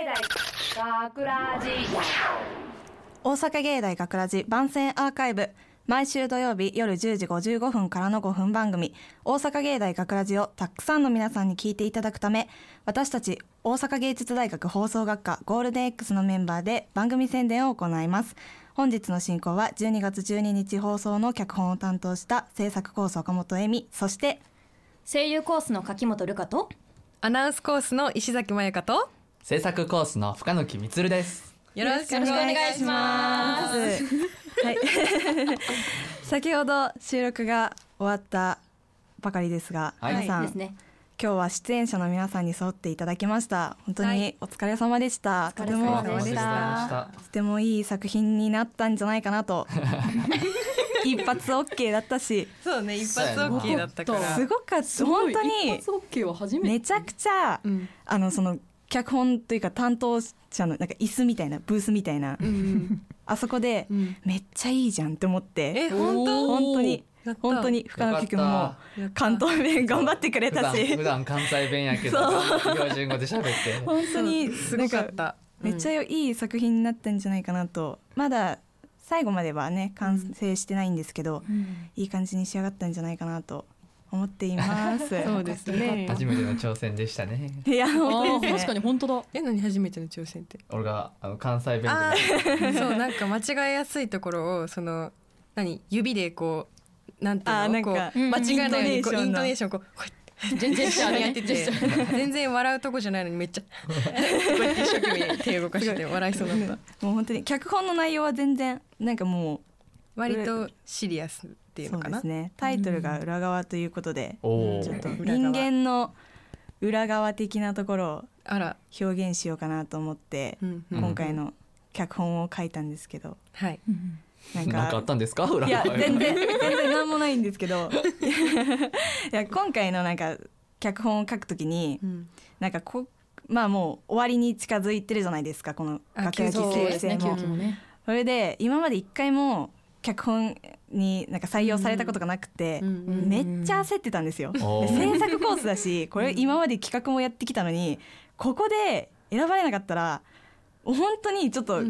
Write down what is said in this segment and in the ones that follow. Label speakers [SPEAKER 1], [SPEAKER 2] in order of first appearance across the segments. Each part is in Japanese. [SPEAKER 1] 大学ラジ
[SPEAKER 2] 大阪芸大学ラジ番宣アーカイブ毎週土曜日夜10時55分からの5分番組「大阪芸大学ラジをたくさんの皆さんに聞いていただくため私たち大阪芸術大学放送学科ゴールデン X のメンバーで番組宣伝を行います本日の進行は12月12日放送の脚本を担当した制作コース岡本恵美そして
[SPEAKER 3] 声優コースの柿本瑠香と
[SPEAKER 4] アナウンスコースの石崎まゆかと
[SPEAKER 5] 制作コースの深野木充です。
[SPEAKER 4] よろしくお願いします
[SPEAKER 2] す。はい、 先ほど収録が終わったばかりですが、
[SPEAKER 5] はい
[SPEAKER 2] 皆さん、
[SPEAKER 3] ですね
[SPEAKER 2] 今日は出演者の皆さんに沿っていただきました。本当
[SPEAKER 4] は
[SPEAKER 2] に
[SPEAKER 4] い
[SPEAKER 2] お疲れ様でした。
[SPEAKER 3] お
[SPEAKER 2] と
[SPEAKER 3] 疲
[SPEAKER 2] て
[SPEAKER 3] れ
[SPEAKER 5] お
[SPEAKER 3] 様
[SPEAKER 2] も
[SPEAKER 5] 疲れ様でございまし
[SPEAKER 2] と
[SPEAKER 5] た。
[SPEAKER 2] てもいい作品になったんじゃないかなと。一発 OK だったし、
[SPEAKER 4] そうね一発
[SPEAKER 5] そうやな
[SPEAKER 4] OK だったか
[SPEAKER 2] す
[SPEAKER 4] ら
[SPEAKER 2] ごかった。本当に
[SPEAKER 3] OK は初
[SPEAKER 2] めちゃくちゃ、
[SPEAKER 4] うん
[SPEAKER 2] あのその脚本というか担当者のなんか椅子みたいなブースみたいな、
[SPEAKER 4] うん
[SPEAKER 2] あそこで
[SPEAKER 4] うん
[SPEAKER 2] めっちゃいいじゃんって思って。
[SPEAKER 4] え本当
[SPEAKER 2] 本当に
[SPEAKER 4] やった
[SPEAKER 2] 本当に深野君
[SPEAKER 5] よ
[SPEAKER 2] も
[SPEAKER 5] か
[SPEAKER 4] やった
[SPEAKER 2] 関東弁頑張ってくれ
[SPEAKER 5] 普
[SPEAKER 2] た
[SPEAKER 5] 段
[SPEAKER 2] し
[SPEAKER 5] 普段関西弁やけど標準語で喋って。
[SPEAKER 2] 本当に
[SPEAKER 4] すごかっ
[SPEAKER 2] なん
[SPEAKER 4] た
[SPEAKER 2] めっちゃい
[SPEAKER 4] ゃ
[SPEAKER 2] い作品になったんじゃないかなとまだ最後まではね完成してないんですけど、いい感じに仕上がったんじゃないかなと思っています
[SPEAKER 4] そうですね
[SPEAKER 5] 初めての挑戦でしたね。
[SPEAKER 2] いや本当です
[SPEAKER 3] 確か
[SPEAKER 2] ね
[SPEAKER 3] に本当だ
[SPEAKER 4] え何初めての挑戦って
[SPEAKER 5] 俺があの関西弁で
[SPEAKER 4] あーそうなんか間違えやすいところをその何指でこうなんて
[SPEAKER 2] あー
[SPEAKER 4] い
[SPEAKER 2] な
[SPEAKER 4] うの
[SPEAKER 2] ん
[SPEAKER 4] こ
[SPEAKER 2] か
[SPEAKER 4] う間違えないようにこう
[SPEAKER 2] イ
[SPEAKER 4] イ
[SPEAKER 2] ン
[SPEAKER 4] ン
[SPEAKER 2] ト
[SPEAKER 4] ト
[SPEAKER 2] ネー
[SPEAKER 4] ネーションこうこ
[SPEAKER 3] ジェジェスチャー
[SPEAKER 4] う
[SPEAKER 3] でや
[SPEAKER 4] やっ
[SPEAKER 3] って
[SPEAKER 4] て
[SPEAKER 3] て
[SPEAKER 4] て全然笑うとこじゃないのにめっちゃこうやって一生懸命手動かして笑いそうだった
[SPEAKER 2] もう本当に脚本の内容は全然なんかもう
[SPEAKER 4] 割とシリアスっていう
[SPEAKER 2] そ
[SPEAKER 4] の
[SPEAKER 2] う
[SPEAKER 4] か
[SPEAKER 2] で
[SPEAKER 4] な
[SPEAKER 2] すねタイトルが裏側ということで、
[SPEAKER 5] おお
[SPEAKER 2] ちょっと
[SPEAKER 4] 裏
[SPEAKER 2] 人
[SPEAKER 4] 側
[SPEAKER 2] 間の裏側的なところを
[SPEAKER 4] あら、
[SPEAKER 2] 表現しようかなと思って、
[SPEAKER 4] うんうん
[SPEAKER 2] 今回の脚本を書いたんですけど、
[SPEAKER 4] はい
[SPEAKER 2] なんか
[SPEAKER 5] なんかあったんですか裏
[SPEAKER 2] いや
[SPEAKER 5] 側
[SPEAKER 2] 全然全然なんもないんですけどいや今回のなんか脚本を書くときに、
[SPEAKER 4] うん
[SPEAKER 2] なんかこまあもう終わりに近づいてるじゃないですかこの
[SPEAKER 4] あ
[SPEAKER 2] 楽器
[SPEAKER 4] そう
[SPEAKER 2] 生成も。
[SPEAKER 3] もね
[SPEAKER 2] それで今まで一回も脚本になんか採用されたことがなくて、
[SPEAKER 4] うんうん
[SPEAKER 3] うん
[SPEAKER 2] めっちゃ焦ってたんですよ。で
[SPEAKER 5] おー
[SPEAKER 2] 制作コースだしこれ今まで企画もやってきたのにここで選ばれなかったら本当にちょっと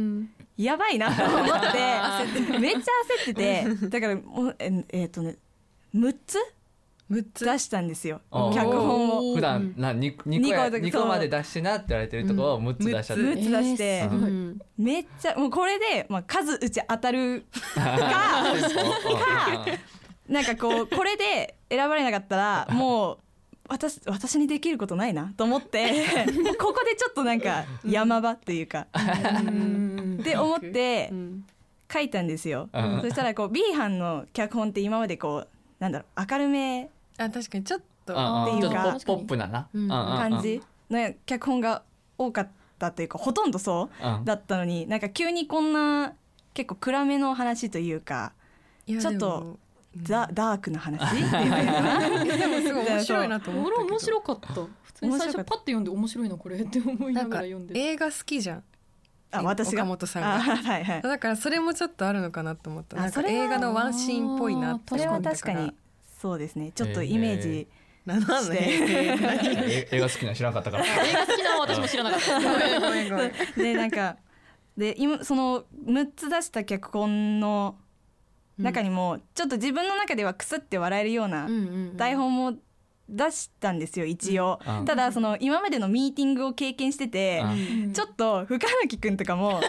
[SPEAKER 2] やばいなと思ってめっちゃ焦っててだからもうえっ、えーとね6つ
[SPEAKER 4] 6つ
[SPEAKER 2] 出したんですよ
[SPEAKER 5] お
[SPEAKER 2] 脚
[SPEAKER 5] ー
[SPEAKER 2] 本を。
[SPEAKER 5] 普段な二二個や
[SPEAKER 2] 二個とか
[SPEAKER 5] 二個まで出してなって言われてるところを六つ出しちゃっ
[SPEAKER 4] うん
[SPEAKER 5] て。
[SPEAKER 2] 6つ出して、
[SPEAKER 3] えー
[SPEAKER 5] う
[SPEAKER 4] うん
[SPEAKER 2] めっちゃもうこれで、まあ、数うち当たる かなんかこうこれで選ばれなかったら もう私私にできることないなと思って もうここでちょっとなんか山場っていうかって思って
[SPEAKER 4] うん
[SPEAKER 2] 書いたんですよ
[SPEAKER 5] うん
[SPEAKER 2] そしたらこう B 班の脚本って今までこうなんだろう明るめ
[SPEAKER 4] あ確かにちょっと
[SPEAKER 5] うん
[SPEAKER 2] っていうか
[SPEAKER 5] ちょっとポップなな
[SPEAKER 4] うん
[SPEAKER 2] 感。じの脚本が多かったというかほとんどそう
[SPEAKER 5] うんうんうん
[SPEAKER 2] だったのになんか急にこんな結構暗めの話というか
[SPEAKER 4] いや
[SPEAKER 2] ちょっとザ・ダークな話って いうか
[SPEAKER 4] でもでもすごい面白いなと思っ た
[SPEAKER 3] 俺
[SPEAKER 4] けど
[SPEAKER 3] 面白かった普通に最初パッと読んで面白いなこれって思い
[SPEAKER 4] な
[SPEAKER 3] なんが
[SPEAKER 4] から
[SPEAKER 3] 読んで
[SPEAKER 4] 映画好きじゃん
[SPEAKER 2] あ私が
[SPEAKER 4] 岡本さん
[SPEAKER 2] あ
[SPEAKER 4] が
[SPEAKER 2] はいはい
[SPEAKER 4] だからそれもちょっとあるのかなと思った
[SPEAKER 2] あ
[SPEAKER 4] なん
[SPEAKER 2] そ
[SPEAKER 4] か
[SPEAKER 2] れは
[SPEAKER 4] 映画のワンシーンっぽいなって
[SPEAKER 2] それ
[SPEAKER 4] 思
[SPEAKER 2] は
[SPEAKER 4] った
[SPEAKER 2] 確からにそうですねちょっとイメージ、
[SPEAKER 4] なんだ
[SPEAKER 2] し
[SPEAKER 4] ね
[SPEAKER 5] え 映画好きなの知らんかったから。
[SPEAKER 3] 映画好きなの私も知らなかった
[SPEAKER 4] ごめんごめんごめん
[SPEAKER 2] でなんかで今その6つ出した脚本の中にも、ちょっと自分の中ではくすって笑え るような
[SPEAKER 4] うんうんうん
[SPEAKER 2] 台本も出したんですよ一応、
[SPEAKER 5] うん
[SPEAKER 2] ただその今までのミーティングを経験してて、ちょっと深貫くんとかも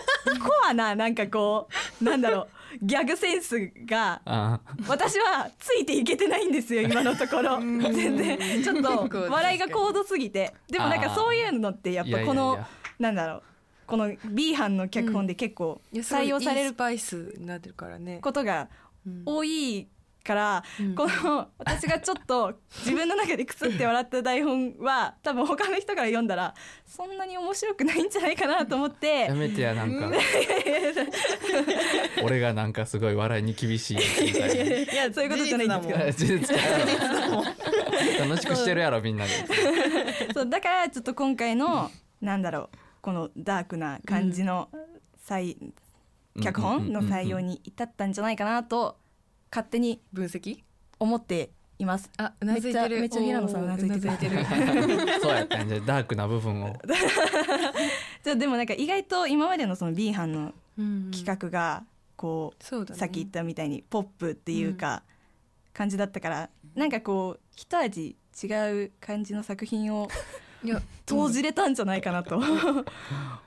[SPEAKER 2] コアななんかこうなんだろうギャグセンスが
[SPEAKER 5] あ
[SPEAKER 2] 私はついていけてないんですよ今のところ全然ちょっと笑いが高度すぎてでもなんかそういうのってやっぱこの
[SPEAKER 5] いやいやいや
[SPEAKER 2] なんだろうこの B 班の脚本で結構
[SPEAKER 4] いや
[SPEAKER 2] 採用され
[SPEAKER 4] いい
[SPEAKER 2] る
[SPEAKER 4] スパイスになってるからね
[SPEAKER 2] ことが多いから、
[SPEAKER 4] うん
[SPEAKER 2] この私がちょっと自分の中でくすって笑った台本は多分他の人から読んだらそんなに面白くないんじゃないかなと思って
[SPEAKER 5] やめてやなんか。俺がなんかすごい笑いに厳しいやつみた いな。
[SPEAKER 2] い やそういうことじゃないんですけど
[SPEAKER 5] 事実だよ楽しくしてるやろみんなで。
[SPEAKER 2] そうだからちょっと今回のなんだろうこのダークな感じの採、 脚本の採用に至ったんじゃないかなと勝手に
[SPEAKER 4] 分析
[SPEAKER 2] 思っています。
[SPEAKER 4] あうなずいてる
[SPEAKER 2] めっちゃめっちゃ平野さんうなずいてくれてる
[SPEAKER 4] うなずいて る
[SPEAKER 5] そうやったんじゃダークな部分を
[SPEAKER 2] じゃあでもなんか意外と今までのその B 班の
[SPEAKER 4] 企
[SPEAKER 2] 企画がこう、
[SPEAKER 4] そうだね
[SPEAKER 2] さっき言ったみたいにポップっていうか感じだったから、なんかこう一味違う感じの作品を
[SPEAKER 4] いや
[SPEAKER 2] 投じれたんじゃないかなと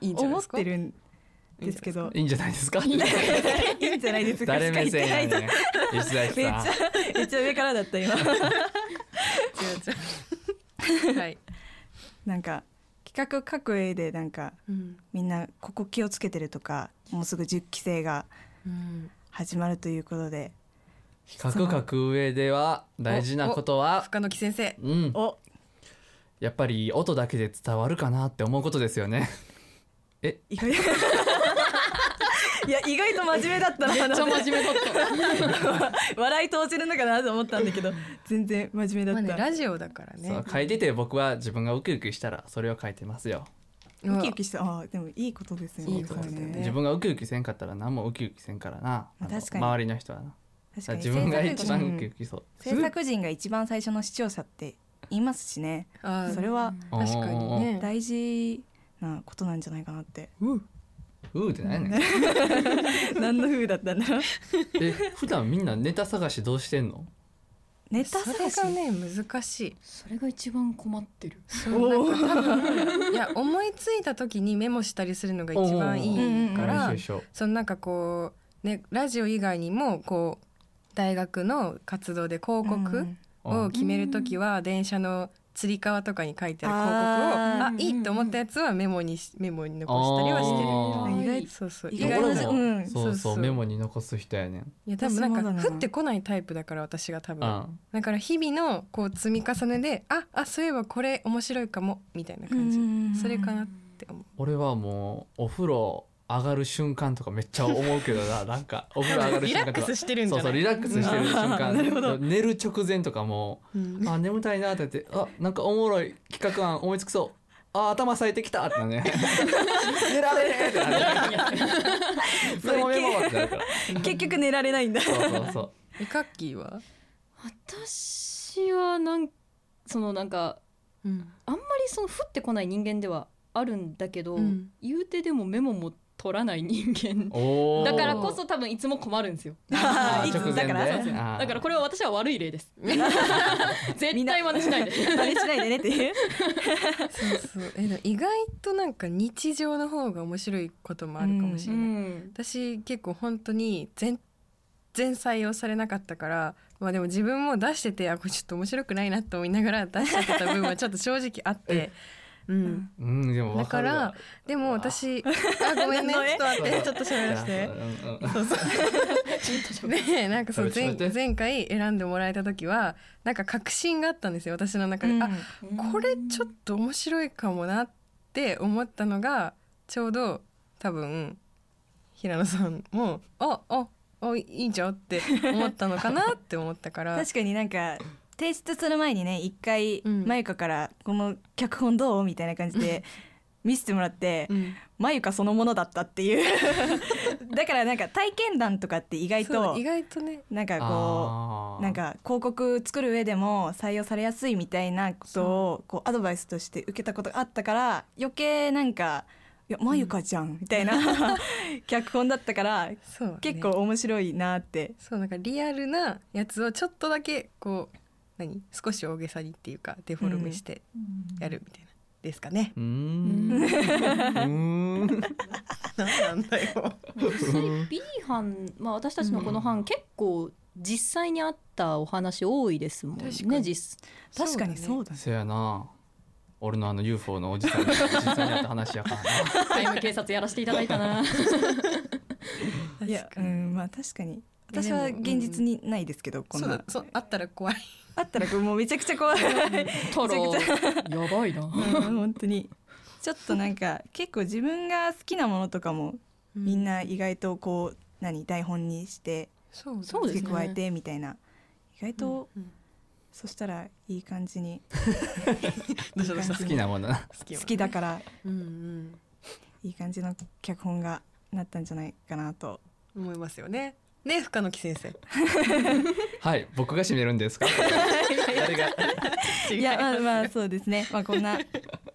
[SPEAKER 4] いいんじゃな
[SPEAKER 2] 思
[SPEAKER 4] い
[SPEAKER 2] っ
[SPEAKER 4] ですか
[SPEAKER 2] てるんですけど
[SPEAKER 5] いいんじゃないですか。
[SPEAKER 2] いいんじゃ ないですか
[SPEAKER 5] 誰目線
[SPEAKER 2] しか言っ
[SPEAKER 5] や
[SPEAKER 2] てない
[SPEAKER 5] ねん。吉崎
[SPEAKER 2] めっち
[SPEAKER 5] さ
[SPEAKER 2] ゃ
[SPEAKER 5] ん。
[SPEAKER 2] めっちゃ上からだった今
[SPEAKER 4] 違う違うはい、
[SPEAKER 2] なんか企画を書く上でなんか
[SPEAKER 4] うん
[SPEAKER 2] みんなここ気をつけてるとかもうすぐ10期生が
[SPEAKER 4] うん、
[SPEAKER 2] 始まるということで
[SPEAKER 5] 比較書く上では大事なことは、
[SPEAKER 4] 深野木先生
[SPEAKER 5] うん、
[SPEAKER 2] お
[SPEAKER 5] やっぱり音だけで伝わるかなって思うことですよね。
[SPEAKER 2] 意外 いや意外と真面目だったな
[SPEAKER 3] めっちゃ真面目だっ
[SPEAKER 2] 笑い投じるのかなと思ったんだけど全然真面目だ
[SPEAKER 4] まあ
[SPEAKER 2] っ
[SPEAKER 4] ね
[SPEAKER 2] た、
[SPEAKER 4] ラジオだから
[SPEAKER 5] そ
[SPEAKER 4] ね
[SPEAKER 5] う書いてて僕は自分がウキウキしたらそれを書いてますよ。
[SPEAKER 4] うん
[SPEAKER 2] ウキウキしてああでもいいことですよね
[SPEAKER 4] いいことだよね
[SPEAKER 2] それ
[SPEAKER 5] 自分がウキウキせんかったら何もウキウキせんからな。あの
[SPEAKER 2] 確かに
[SPEAKER 5] 周りの人はな。
[SPEAKER 2] 確かに
[SPEAKER 5] 自分が一
[SPEAKER 2] 制
[SPEAKER 5] 番ウ
[SPEAKER 2] 作
[SPEAKER 5] キウ
[SPEAKER 2] 人
[SPEAKER 5] キそう。
[SPEAKER 2] 制作陣が一番最初の視聴者って言いますしね
[SPEAKER 4] あー
[SPEAKER 2] それは
[SPEAKER 5] うん
[SPEAKER 4] 確かに。ね
[SPEAKER 2] 大事なことなんじゃないかなって
[SPEAKER 5] うんうんうんうーってないね ん。
[SPEAKER 2] 何の風だったんだろう
[SPEAKER 5] え普段みんなネタ探しどうしてんの？
[SPEAKER 2] ネタ
[SPEAKER 4] そ
[SPEAKER 2] 探
[SPEAKER 4] れ
[SPEAKER 2] し
[SPEAKER 4] がね難しい
[SPEAKER 3] それが一番困ってる
[SPEAKER 4] そうなんか多分いや思いついた時にメモしたりするのが一番いいか
[SPEAKER 2] うんうん
[SPEAKER 4] ら
[SPEAKER 5] でしょ
[SPEAKER 4] そのなんかこうねラジオ以外にもこう大学の活動で広告を決める時は電車のつり革とかに書いてある広告を
[SPEAKER 2] あ
[SPEAKER 4] あ
[SPEAKER 3] ー
[SPEAKER 4] いいと思ったやつはメモにしメモに残したりはしてる
[SPEAKER 5] あ
[SPEAKER 2] ー
[SPEAKER 4] 意外そうそう
[SPEAKER 2] 意
[SPEAKER 4] 意
[SPEAKER 2] 外
[SPEAKER 4] 外
[SPEAKER 5] と
[SPEAKER 4] と
[SPEAKER 5] 俺も
[SPEAKER 2] うん
[SPEAKER 5] そうそう
[SPEAKER 4] そうそう
[SPEAKER 5] メモに残す人やねん。
[SPEAKER 4] いや多分な
[SPEAKER 2] 私も
[SPEAKER 4] ん
[SPEAKER 2] だな
[SPEAKER 4] か降ってこないタイプだから私が多
[SPEAKER 5] う
[SPEAKER 4] 分
[SPEAKER 5] ん。
[SPEAKER 4] だから日々のこう積み重ねでああそういえばこれ面白いかもみたいな感じそれかなって思う
[SPEAKER 5] 俺はもうお風呂上がる瞬間とかめっちゃ思うけどななんかお風呂上がる
[SPEAKER 4] リ
[SPEAKER 5] 瞬
[SPEAKER 4] ラ
[SPEAKER 5] 間
[SPEAKER 4] ッ
[SPEAKER 5] と
[SPEAKER 4] ク
[SPEAKER 5] か
[SPEAKER 4] ス。してるんじ
[SPEAKER 5] そう
[SPEAKER 4] ゃ
[SPEAKER 5] そ
[SPEAKER 4] な
[SPEAKER 5] うリ
[SPEAKER 4] い
[SPEAKER 5] ラックスしてる 瞬
[SPEAKER 2] なるほど
[SPEAKER 5] 間寝る直前とかも
[SPEAKER 4] うん
[SPEAKER 5] あ眠たいなってやってあなんかおもろい企画案思いつくそうあ頭咲いてきたって なね寝られねえってなねメモメモってなるから
[SPEAKER 2] 結局寝られないんだ
[SPEAKER 5] そうそうそう
[SPEAKER 4] えカッキーは
[SPEAKER 3] 私はなんそのなんか
[SPEAKER 4] うん
[SPEAKER 3] あんまりその降ってこない人間ではあるんだけど、
[SPEAKER 4] うん
[SPEAKER 3] 言うてでもメモも取らない人間
[SPEAKER 5] おー
[SPEAKER 3] だからこそ多分いつも困るんですよ
[SPEAKER 5] あ
[SPEAKER 2] い
[SPEAKER 5] ー
[SPEAKER 2] つ
[SPEAKER 5] 直前
[SPEAKER 2] だから
[SPEAKER 5] であー
[SPEAKER 3] だからこれは私は悪い例です絶対真似しないで
[SPEAKER 2] あれしないでねっていう
[SPEAKER 4] そうそうえでも意外となんか日常の方が面白いこともあるかもし
[SPEAKER 3] う
[SPEAKER 4] れない、
[SPEAKER 3] ん
[SPEAKER 4] 私結構本当に全全採用されなかったからまあでも自分も出しててあこれちょっと面白くないなと思いながら 出しちゃってた部分はちょっと正直あってうん
[SPEAKER 5] うんでも分かるわ
[SPEAKER 4] だからでも私あごめんね
[SPEAKER 2] 何の絵
[SPEAKER 4] ちょっと待ってちょっと
[SPEAKER 5] い
[SPEAKER 4] 喋ら
[SPEAKER 5] や
[SPEAKER 4] せて
[SPEAKER 5] うんうん
[SPEAKER 4] でなんかその
[SPEAKER 5] 食べ
[SPEAKER 4] 前
[SPEAKER 5] ちゃって
[SPEAKER 4] 前回選んでもらえた時はなんか確信があったんですよ私の中で、あこれちょっと面白いかもなって思ったのがちょうど多分平野さんも「あああいいんちゃう?」って思ったのかなって思ったから
[SPEAKER 2] 確かになんか提出する前にね一回
[SPEAKER 4] うん
[SPEAKER 2] まゆかからこの脚本どうみたいな感じで見せてもらって
[SPEAKER 4] うん
[SPEAKER 2] まゆかそのものだったっていう だからなんか体験談とかって意外
[SPEAKER 4] そ
[SPEAKER 2] と
[SPEAKER 4] う意外とね
[SPEAKER 2] なんかこ
[SPEAKER 5] あ
[SPEAKER 2] う
[SPEAKER 5] ー
[SPEAKER 2] なんか広告作る上でも採用されやすいみたいなことをこうアドバイスとして受けたことがあったから余計なんか「いやまゆかじゃん」みたい な脚本だったから
[SPEAKER 4] そう、ね、
[SPEAKER 2] 結構面白いなって
[SPEAKER 4] そうなんかリアルなやつをちょっとだけこう何少し大げさにっていうかデフォルメしてやるみたいな、ですかね
[SPEAKER 5] うーん
[SPEAKER 3] うん
[SPEAKER 5] うーん
[SPEAKER 4] 何なんだよ
[SPEAKER 3] 実際 B 班、まあ、私たちのこの班、結構実際にあったお話多いですもん
[SPEAKER 4] 確か
[SPEAKER 3] ね
[SPEAKER 4] に
[SPEAKER 3] 実
[SPEAKER 2] 確かにそううだね
[SPEAKER 5] せやな俺のあの UFO のおじさんが実際にあった話やからな
[SPEAKER 3] タイム警察やらせていただいた な
[SPEAKER 4] だね
[SPEAKER 2] いやう
[SPEAKER 4] 確かに
[SPEAKER 2] んまあ確かに
[SPEAKER 4] でも
[SPEAKER 2] 私は現実にないですけどこん
[SPEAKER 4] そう
[SPEAKER 2] な
[SPEAKER 4] だそうあったら怖い
[SPEAKER 2] あったらこうもうめちゃくちゃ 怖い
[SPEAKER 3] トロやばいな
[SPEAKER 2] うん本当にちょっとなんか結構自分が好きなものとかもみんな意外とこう何台本にして
[SPEAKER 4] そうだ
[SPEAKER 3] そうで
[SPEAKER 2] 付
[SPEAKER 3] す
[SPEAKER 2] け
[SPEAKER 3] ね
[SPEAKER 2] 加えてみたいな意外と
[SPEAKER 4] うん
[SPEAKER 2] そしたらいい感じに
[SPEAKER 4] どうしたどうした
[SPEAKER 5] 好きなものな
[SPEAKER 4] 好
[SPEAKER 2] 好きだから
[SPEAKER 4] うん
[SPEAKER 2] いい感じの脚本がなったんじゃないかなと
[SPEAKER 4] うん思いますよねね深野木先生
[SPEAKER 5] はい僕が締めるんですか誰が
[SPEAKER 2] いやまあまあそうですねまあこんな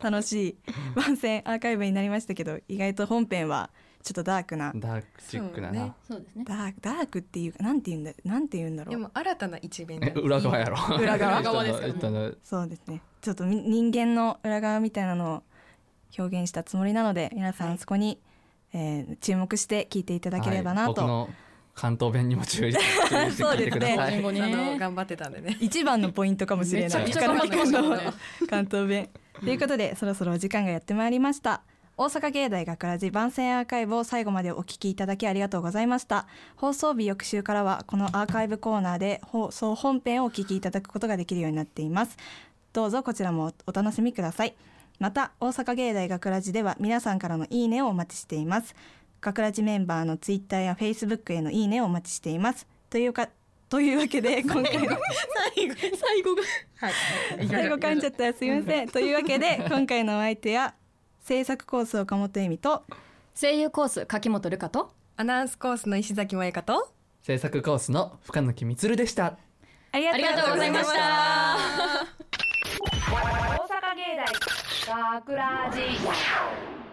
[SPEAKER 2] 楽しい番宣アーカイブになりましたけど意外と本編はちょっとダークな
[SPEAKER 5] ダークチックだ
[SPEAKER 4] そうね
[SPEAKER 5] な。
[SPEAKER 3] そうですね
[SPEAKER 2] ダークダークっていうかなんて言うんだなんて言うんだろ
[SPEAKER 4] で
[SPEAKER 2] う
[SPEAKER 4] も新たな一面
[SPEAKER 5] え
[SPEAKER 4] だ
[SPEAKER 5] 裏側やろ。
[SPEAKER 2] 裏側
[SPEAKER 5] ちょっと
[SPEAKER 3] 裏側ですからね
[SPEAKER 5] ちょっと
[SPEAKER 2] そうですねちょっとみ人間の裏側みたいなのを表現したつもりなので皆さんそこに、えー注目して聞いていただければなと、
[SPEAKER 5] はい僕の関東弁にも注意して 聞いて
[SPEAKER 2] そう
[SPEAKER 5] 聞い
[SPEAKER 2] で
[SPEAKER 5] て
[SPEAKER 2] す
[SPEAKER 5] く
[SPEAKER 2] ね
[SPEAKER 5] だ
[SPEAKER 2] は
[SPEAKER 5] さ
[SPEAKER 3] 標
[SPEAKER 5] い。
[SPEAKER 3] 準語
[SPEAKER 4] あの
[SPEAKER 3] ね
[SPEAKER 4] 頑張ってたんでね
[SPEAKER 2] 一番のポイントかもしれない
[SPEAKER 5] め
[SPEAKER 3] ちゃめちゃ
[SPEAKER 2] 光君の
[SPEAKER 3] 頑張ってまし
[SPEAKER 2] 関東弁ということでそろそろお時間がやってまいりました大阪芸大学ラジ番宣アーカイブを最後までお聞きいただきありがとうございました放送日翌週からはこのアーカイブコーナーで放送本編をお聞きいただくことができるようになっていますどうぞこちらもお楽しみくださいまた大阪芸大学ラジでは皆さんからのいいねをお待ちしています学ラジメンバーのツイッターやフェイスブックへのいいねをお待ちしていますというかというわけで今回の
[SPEAKER 3] 最後最後が
[SPEAKER 4] はい
[SPEAKER 2] 最後噛んじゃ
[SPEAKER 4] っ
[SPEAKER 2] ったらすみません。 というわけで今回のお相手は制作コース岡本恵美と
[SPEAKER 3] 声優コース柿本瑠香と
[SPEAKER 4] アナウンスコースの石崎萌香と
[SPEAKER 5] 制作コースの深野木充でした。
[SPEAKER 2] ありが
[SPEAKER 3] ありがとうございました
[SPEAKER 1] 大阪芸大学ラジ